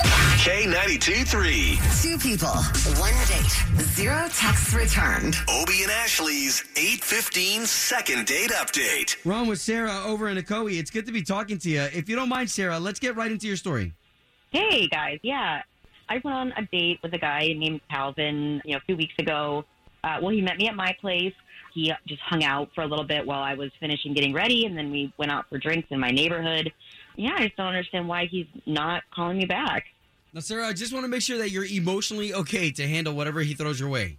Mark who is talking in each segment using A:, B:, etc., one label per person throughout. A: K92 3.
B: Two people, one date, zero texts returned.
A: Obie and Ashley's 815 second date update.
C: Ron with Sarah over in Ocoee. It's good to be talking to you. If you don't mind, Sarah, let's get right into your story.
D: Hey guys, yeah, I went on a date with a guy named Calvin, you know, a few weeks ago. Uh, well, he met me at my place. He just hung out for a little bit while I was finishing getting ready, and then we went out for drinks in my neighborhood. Yeah, I just don't understand why he's not calling me back.
C: Now, Sarah, I just want to make sure that you're emotionally okay to handle whatever he throws your way.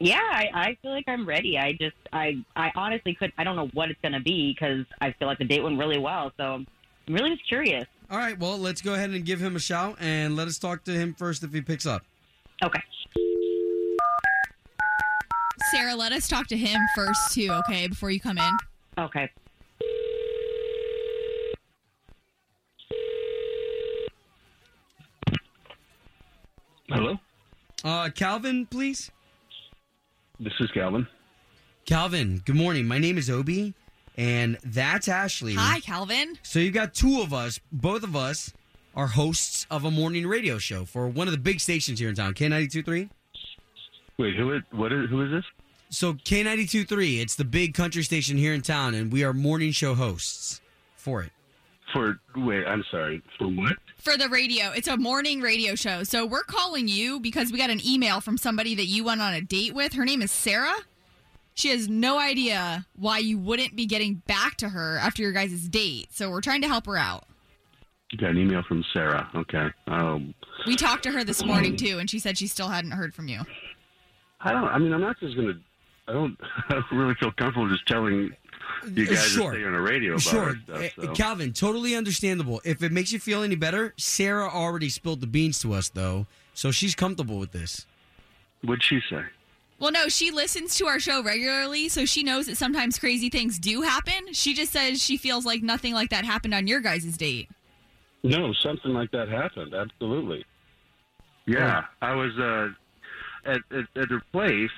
D: Yeah, I, I feel like I'm ready. I just, I, I honestly could, I don't know what it's gonna be because I feel like the date went really well. So I'm really just curious.
C: All right, well, let's go ahead and give him a shout and let us talk to him first if he picks up.
D: Okay.
E: Sarah, let us talk to him first, too, okay, before you come in.
D: Okay.
F: Hello,
C: Uh, Calvin, please.
F: this is Calvin.
C: Calvin, good morning. My name is Obi, and that's Ashley.
E: Hi, Calvin.
C: So you got two of us. Both of us are hosts of a morning radio show for one of the big stations here in town, K92.3.
F: Wait, who is what is who is this?
C: So K92.3, it's the big country station here in town, and we are morning show hosts for it.
F: For wait, I'm sorry. For what?
E: For the radio, it's a morning radio show. So we're calling you because we got an email from somebody that you went on a date with. Her name is Sarah. She has no idea why you wouldn't be getting back to her after your guys' date. So we're trying to help her out.
F: You got an email from Sarah. Okay. Um,
E: We talked to her this morning, too, and she said she still hadn't heard from you.
F: I don't. I mean, I'm not just gonna. I don't. I don't really feel comfortable just telling you guys
C: Sure.
F: to stay on the radio about
C: Sure,
F: our stuff.
C: Uh,
F: so.
C: Calvin, totally understandable. If it makes you feel any better, Sarah already spilled the beans to us, though, so she's comfortable with this.
F: What'd she say?
E: Well, no, she listens to our show regularly, so she knows that sometimes crazy things do happen. She just says she feels like nothing like that happened on your guys' date.
F: No, something like that happened. Absolutely. Yeah, I was uh, at, at at her place,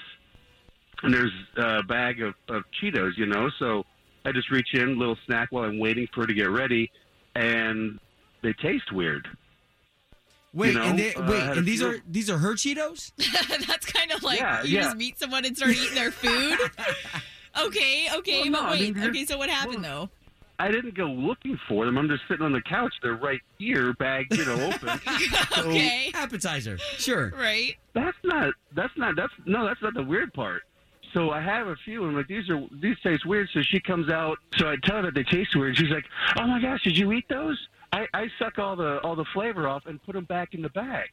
F: and there's a bag of, of Cheetos, you know. So I just reach in, little snack while I'm waiting for her to get ready, and they taste weird.
C: Wait,
F: You know,
C: and they,
F: uh, I
C: wait,
F: had
C: and
F: a
C: these
F: few-
C: are these are her Cheetos.
E: That's kind of like
F: Yeah,
E: you
F: yeah.
E: just meet someone and start eating their food. okay, okay,
F: Well, no,
E: but
F: I
E: wait.
F: mean, they're-
E: okay, so what happened though?
F: I didn't go looking for them. I'm just sitting on the couch. They're right here, bag, you know, open. So
E: Okay,
C: Oh, Appetizer, sure.
E: right.
F: that's not that's not that's no that's not the weird part. So I have a few. and I'm like these are these taste weird. So she comes out. So I tell her that they taste weird. She's like, oh my gosh, did you eat those? I, I suck all the all the flavor off and put them back in the bag.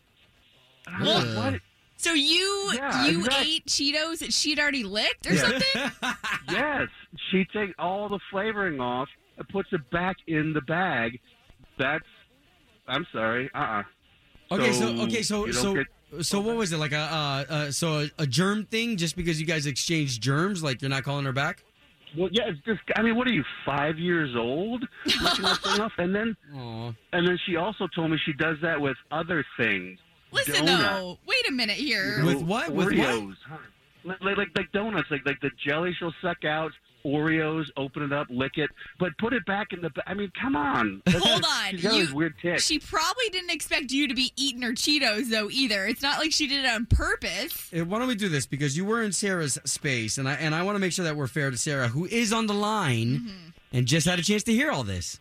F: And I'm like,
C: Ugh.
F: what?
E: So you
F: Yeah,
E: you
F: exact-
E: ate Cheetos that she'd already licked or
F: Yeah.
E: something?
F: Yes, she takes all the flavoring off and puts it back in the bag. That's I'm sorry. Uh uh
C: Okay, so,
F: So,
C: okay, so
F: you don't
C: so
F: get-
C: so what was it like a uh, uh, so a, a germ thing? Just because you guys exchanged germs, like you're not calling her back?
F: Well, yeah, it's just. I mean, what are you five years old? Looking that thing up, and then
C: Aw.
F: And then she also told me she does that with other things.
E: Listen
F: Donut.
E: though, wait a minute here.
C: With what? With what?
F: Oreos. Like, like like donuts, like like the jelly she'll suck out, Oreos, open it up, lick it, but put it back in the. ba- I mean, come on. That's-
E: Hold on,
F: She's got those
E: you-
F: weird ticks.
E: She probably didn't expect you to be eating her Cheetos though either. It's not like she did it on purpose.
C: Uh, Why don't we do this? Because you were in Sarah's space, and I and I want to make sure that we're fair to Sarah, who is on the line
E: Mm-hmm.
C: and just had a chance to hear all this.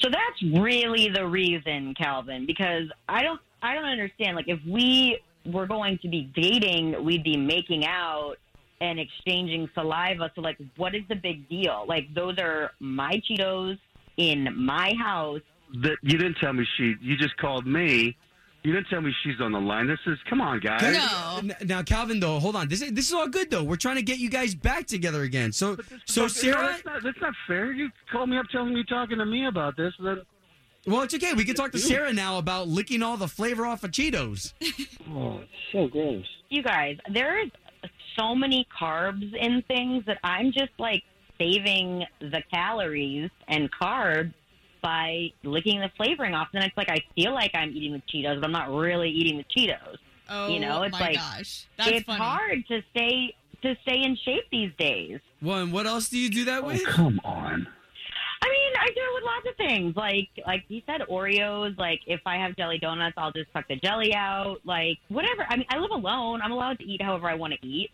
D: So that's really the reason, Calvin, because I don't I don't understand. Like if we were going to be dating, we'd be making out and exchanging saliva. So like what is the big deal? Like those are my Cheetos in my house.
F: That you didn't tell me she. You just called me. You didn't tell me she's on the line. This is come on, guys.
E: No.
C: N- Now, Calvin, though, hold on. This is, this is all good though. We're trying to get you guys back together again. So, so
F: But, you know,
C: Sarah,
F: that's not, that's not fair. You called me up telling me you're talking to me about this. Then
C: Well, it's okay. We can talk to Sarah now about licking all the flavor off of Cheetos.
G: Oh, it's so gross.
D: You guys, there is so many carbs in things that I'm just like saving the calories and carbs by licking the flavoring off. Then it's like I feel like I'm eating the Cheetos, but I'm not really eating the Cheetos.
E: Oh
D: you know, it's
E: my
D: like
E: gosh, that's
D: it's
E: funny.
D: hard to stay to stay in shape these days.
C: Well, and what else do you do that with?
F: Come on.
D: I mean, I do it with lots of things. Like like you said, Oreos. Like if I have jelly donuts, I'll just suck the jelly out. Like whatever. I mean, I live alone. I'm allowed to eat however I want to eat.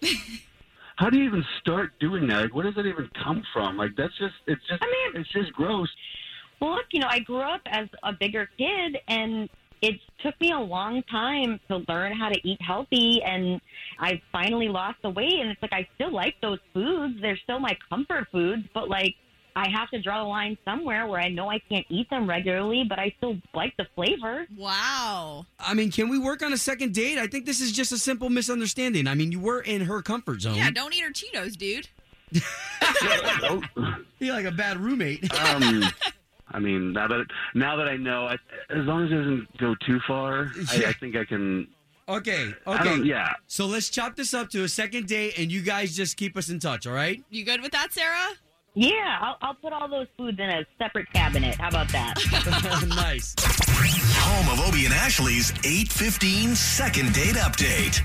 F: How do you even start doing that? Like, where does that even come from? Like, that's just, it's just,
D: I mean-
F: it's just gross.
D: Well, look, you know, I grew up as a bigger kid, and it took me a long time to learn how to eat healthy. And I finally lost the weight, and it's like I still like those foods. They're still my comfort foods, but like I have to draw a line somewhere where I know I can't eat them regularly, but I still like the flavor.
E: Wow.
C: I mean, can we work on a second date? I think this is just a simple misunderstanding. I mean, you were in her comfort zone.
E: Yeah, don't eat her Cheetos, dude.
F: Oh,
C: You're like a bad roommate.
F: um, I mean, now that, now that I know, I, as long as it doesn't go too far, I, I think I can,
C: Okay,
F: I
C: okay.
F: don't, yeah.
C: So let's chop this up to a second date, and you guys just keep us in touch. All right?
E: You good with that, Sarah?
D: Yeah, I'll, I'll put all those foods in a separate cabinet. How about that?
C: nice.
A: Home of Obie and Ashley's 815 second date update.